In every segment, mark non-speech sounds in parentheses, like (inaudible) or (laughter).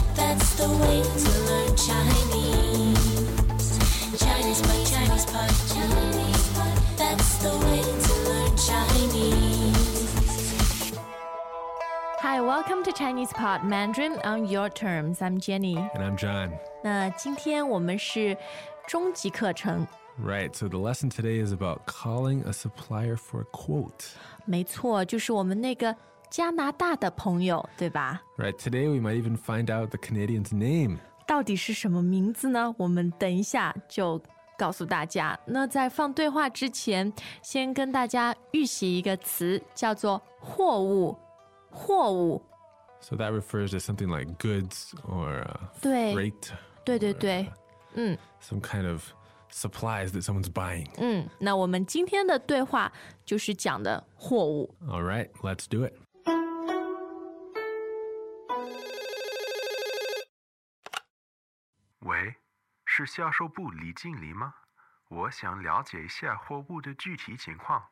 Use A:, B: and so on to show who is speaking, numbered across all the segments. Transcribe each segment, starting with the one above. A: a way to learn Chinese. Chinese pot, Chinese pot, Chinese pot. That's the way to learn Chinese.
B: Hi, welcome to Chinese Pod Mandarin on your terms. I'm Jenny.
C: And I'm John.
B: 那今天我们是中级课程，
C: Right, so the lesson today is about calling a supplier for a quote.
B: 没错，就是我们那个加拿大的朋友，对吧？
C: Right, today we might even find out the Canadian's name.
B: 到底是什么名字呢？我们等一下就告诉大家。那在放对话之前，先跟大家预习一个词，叫做货物。货物，
C: So that refers to something like goods or uh,
B: 对
C: freight,
B: 对对对，嗯
C: some kind of supplies that someone's buying.
B: 嗯。那我们今天的对话就是讲的货物。
C: All right, let's do it.
D: 喂，是销售部李静怡吗？我想了解一下货物的具体情况。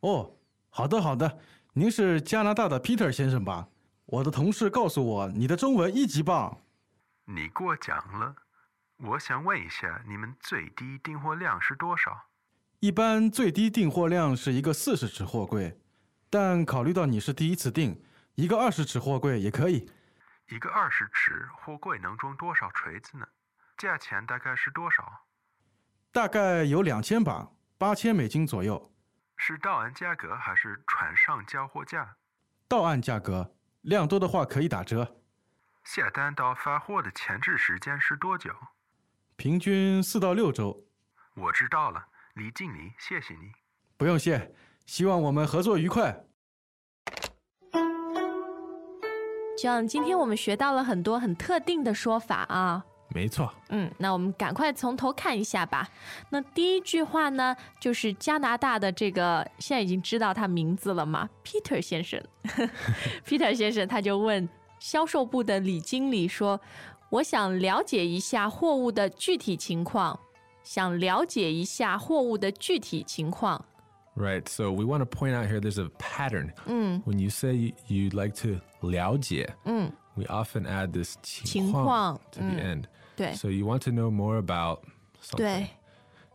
E: 哦，好的好的，您是加拿大的 Peter 先生吧？我的同事告诉我，你的中文一级棒。
D: 你过奖了，我想问一下，你们最低订货量是多少？
E: 一般最低订货量是一个四十尺货柜，但考虑到你是第一次订，一个二十尺货柜也可以。
D: 一个二十尺货柜能装多少锤子呢？价钱大概是多少？
E: 大概有两千把，八千美金左右，
D: 是到岸价格还是船上交货价？
E: 到岸价格，量多的话可以打折，
D: 下单到发货的前置时间是多久？
E: 平均四到六周。
D: 我知道了，李静怡，谢谢你。
E: 不用谢，希望我们合作愉快。
B: 这样，今天我们学到了很多很特定的说法啊。
C: 没错.
B: 嗯，那我们赶快从头看一下吧。那第一句话呢，就是加拿大的这个，现在已经知道他名字了嘛，Peter 先生。Peter 先生他就问销售部的李经理说：“我想了解一下货物的具体情况，想了解一下货物的具体情况。
C: Right, so we want to point out here there's a pattern.
B: 嗯
C: When you say you- you'd like to 了解, we often add this 情况
B: 情况，
C: to the end.
B: 对
C: So you want to know more about
B: 对
C: something.，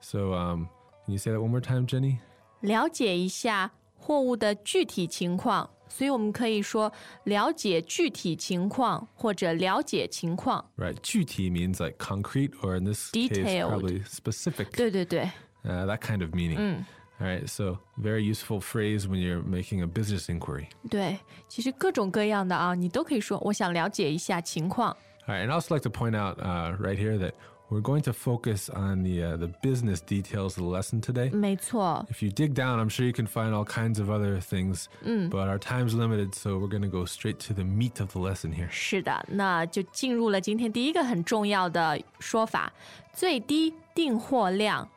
C: So um, can you say that one more time, Jenny?
B: 了解一下货物的具体情况，所以我们可以说了解具体情况或者了解情况。
C: Right. 具体 means like concrete, or in this case,
B: Detailed.
C: probably specific.
B: 对对对，
C: Uh, that kind of meaning.
B: Mm.
C: All right. So, very useful phrase when you're making a business inquiry.
B: 对，其实各种各样的啊，你都可以说我想了解一下情况。
C: All right. And I also like to point out uh, right here that we're going to focus on the uh, the business details of the lesson today.
B: 没错，
C: If you dig down, I'm sure you can find all kinds of other things,
B: Mm.
C: but our time's limited, so we're going to go straight to the meat of the lesson here.
B: 是的，那就进入了今天第一个很重要的说法：最低订货量。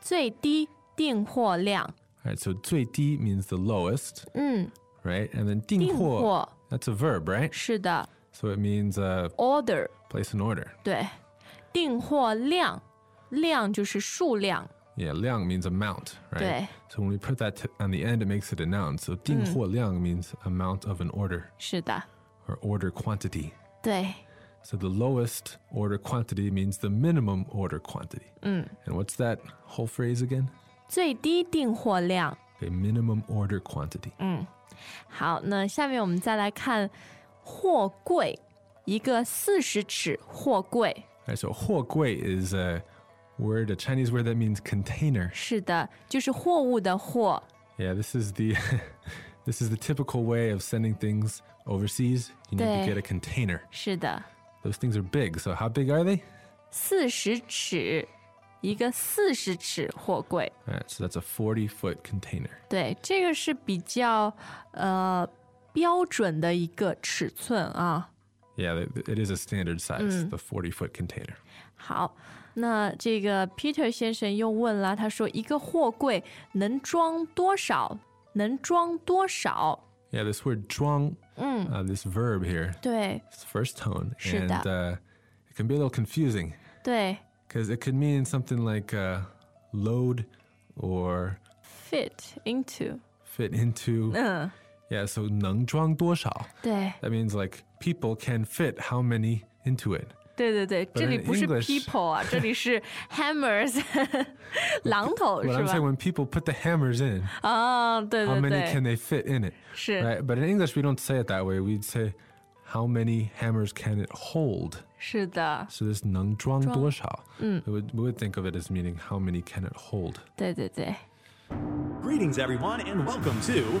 B: 最低订货量，
C: All right. So, 最低 means the lowest,
B: 嗯，
C: right? And then
B: 订
C: 订货,
B: 货
C: that's a verb, right?
B: 是的
C: So, it means uh,
B: ，order。
C: place an order.
B: 对，订货量，量就是数量。
C: Yeah, 量 means amount, right?
B: 对，
C: So when we put that t- on the end, it makes it a noun. So 订货量 means amount of an order
B: 是的，
C: or order quantity.
B: 对，
C: So the lowest order quantity means the minimum order quantity. And what's that whole phrase again?
B: 最低订货量。
C: Okay, minimum order quantity.
B: 好，那下面我们再来看货柜，一个四十尺货柜。
C: All right, so 货柜 is a word, a Chinese word that means container.
B: 是的，就是货物的货。
C: Yeah, this is the (laughs) this is the typical way of sending things overseas. You need
B: Yeah.
C: to get a container.
B: 是的，
C: Those things are big. So how big are they?
B: 四十尺，一个四十尺货柜。
C: All right, so that's a 40 foot container.
B: 对，这个是比较呃标准的一个尺寸啊。
C: Yeah, th- th- it is a standard size, the 40 foot container.
B: 好，那这个 Peter 先生又问了，他说一个货柜能装多少？能装多少？
C: Yeah, this word zhuang, uh, this verb here,
B: 对
C: it's first tone,
B: 是的。
C: and uh, it can be a little confusing
B: 对
C: because it could mean something like uh, load or
B: ，fit into，
C: fit into.
B: (laughs) 嗯，
C: Yeah, so 能装多少?
B: 对
C: That means like people can fit how many into it.
B: 对对对，这
C: in
B: 里不是
C: English-
B: people
C: (laughs)
B: 啊，这里是 hammers，榔头
C: What
B: 是
C: I'm saying
B: 吧？
C: when people put the hammers in,
B: 啊，对
C: how
B: 对
C: many
B: 对
C: can，they fit in it?
B: (laughs) 是
C: Right? But in English, we don't say it that way. We'd say, how many hammers can it hold?
B: 是的，
C: So this 能装多少? We, would, we would think of it as meaning how many can it hold?
B: 对对对。
F: Greetings, everyone, and welcome to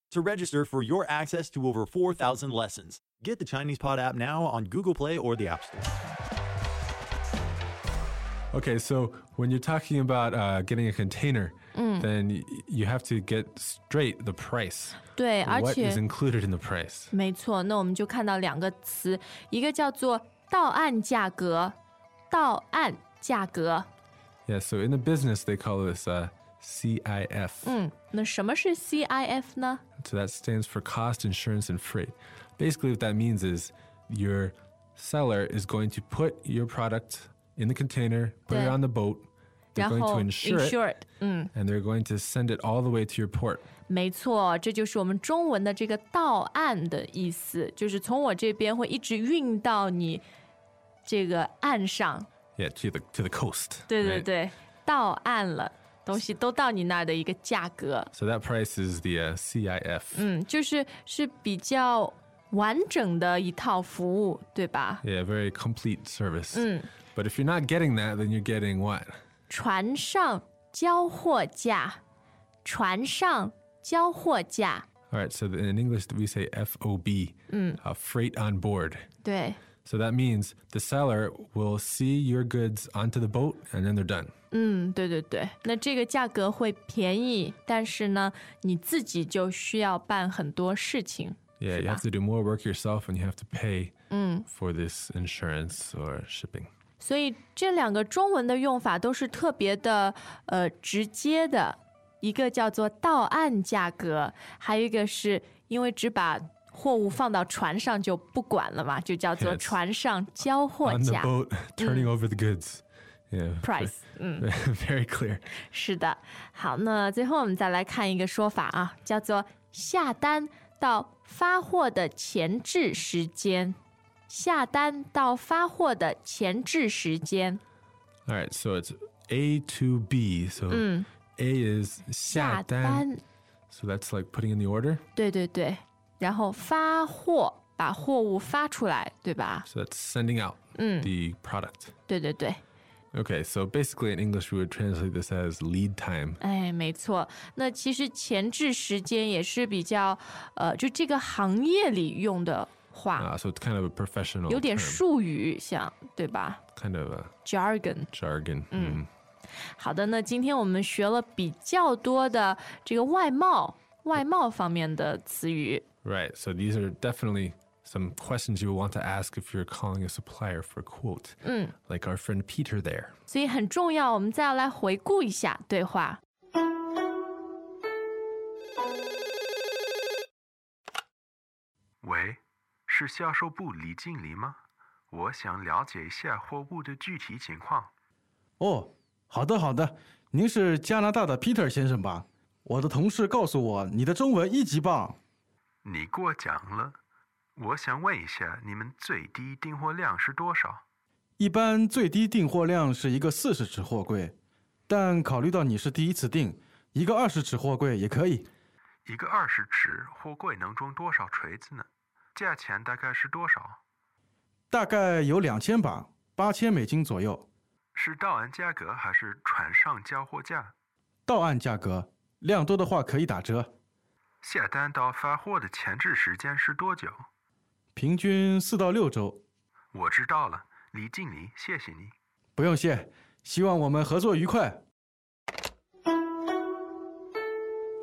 F: to register for your access to over 4,000 lessons. Get the Chinese Pod app now on Google Play or the App Store.
C: Okay, so when you're talking about uh, getting a container, then y- you have to get straight the price.
B: 对，而
C: What
B: 且
C: is included in the price?
B: 没错，那我们就看到两个词，一个叫做到岸价格，到岸价格。
C: Yeah, so in the business, they call this uh, CIF.
B: 嗯，那什么是 CIF 呢？
C: So that stands for cost, insurance, and freight. Basically, what that means is your seller is going to put your product in the container, put it
B: Yeah.
C: on the boat. They're
B: 然
C: going to
B: 后
C: insure it,
B: insured，嗯，
C: and they're going to send it all the way to your port.
B: 没错，这就是我们中文的这个到岸的意思，就是从我这边会一直运到你这个岸上。
C: Yeah, to the to the coast.
B: 对对
C: right?
B: 对，到岸了，东西都到你那儿的一个价格。
C: So that price is the uh, CIF.
B: 嗯，就是是比较完整的一套服务，对吧？
C: Yeah, very complete service. But if you're not getting that, then you're getting what?
B: 船上交货价，船上交货价，
C: All right. So in English, we say FOB, uh, freight on board.
B: 对
C: So that means the seller will see your goods onto the boat and then they're done.
B: 嗯，对对对。那这个价格会便宜，但是呢，你自己就需要办很多事情。
C: Yeah, Mm. you have to do more work yourself and you have to pay for this insurance or shipping.
B: 所以这两个中文的用法都是特别的呃直接的，一个叫做到岸价格，还有一个是因为只把货物放到船上就不管了嘛，就叫做
C: Yes. 啊
B: 船上交货
C: On the
B: 价
C: boat, (laughs) turning over the goods. Yeah. (laughs)
B: price。嗯，
C: Very clear.
B: 是的。好，那最后我们再来看一个说法啊，叫做下单到发货的前置时间。下单到发货的前置时间，
C: All right, so it's A to B. So A is
B: 下
C: 下单.
B: 单
C: So that's like putting in the order.
B: 对对对，然后发货，把货物发出来，对吧？
C: So that's sending out the product.
B: 对对对，
C: Okay, so basically in English, we would translate this as lead time.
B: 哎，没错。那其实前置时间也是比较，呃，就这个行业里用的话，
C: Uh, so it's kind of a professional
B: 有点
C: term,
B: 术语，像对吧
C: kind of a
B: ？jargon。
C: jargon. Mm.
B: 好的，那今天我们学了比较多的这个外贸、外贸方面的词语。
C: Right. So these are definitely some questions you will want to ask if you're calling a supplier for a quote, like our friend Peter there.
B: 所以很重要，我们再要来回顾一下对话。
D: 喂，是销售部李静黎吗？我想了解一下货物的具体情况。
E: 哦，好的好的，您是加拿大的 Peter 先生吧？我的同事告诉我，你的中文一级棒。
D: 你过奖了，我想问一下，你们最低订货量是多少？
E: 一般最低订货量是一个四十尺货柜，但考虑到你是第一次订，一个二十尺货柜也可以。
D: 一个二十尺货柜能装多少锤子呢？价钱大概是多少？
E: 大概有两千把，八千美金左右。
D: 是到岸价格还是船上交货价？
E: 到岸价格，量多的话可以打折，
D: 下单到发货的前置时间是多久？
E: 平均四到六周。
D: 我知道了，李经理，谢谢你。
E: 不用谢，希望我们合作愉快。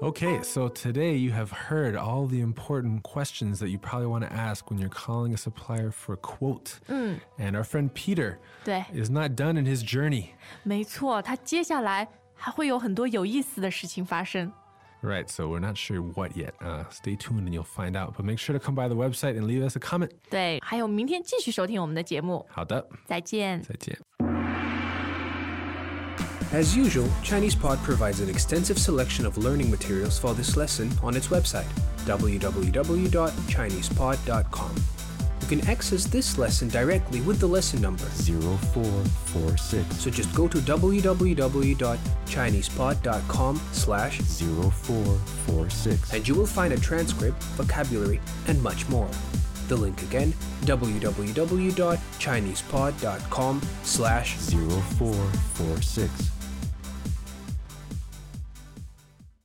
C: Okay, so today you have heard all the important questions that you probably want to ask when you're calling a supplier for a quote. And our friend Peter
B: 对，
C: is not done in his journey.
B: 没错，他接下来还会有很多有意思的事情发生。
C: Right, so we're not sure what yet. Uh, stay tuned and you'll find out. But make sure to come by the website and leave us a comment.
B: 对，还有明天继续收听我们的节目，再见。
C: 好的，再见。
G: As usual, ChinesePod provides an extensive selection of learning materials for this lesson on its website, www.chinesepod.com. You can access this lesson directly with the lesson number,
H: 0446
G: so just go to www.chinesepod.com slash
H: 0446
G: and you will find a transcript, vocabulary, and much more. The link again, www.chinesepod.com slash
H: 0446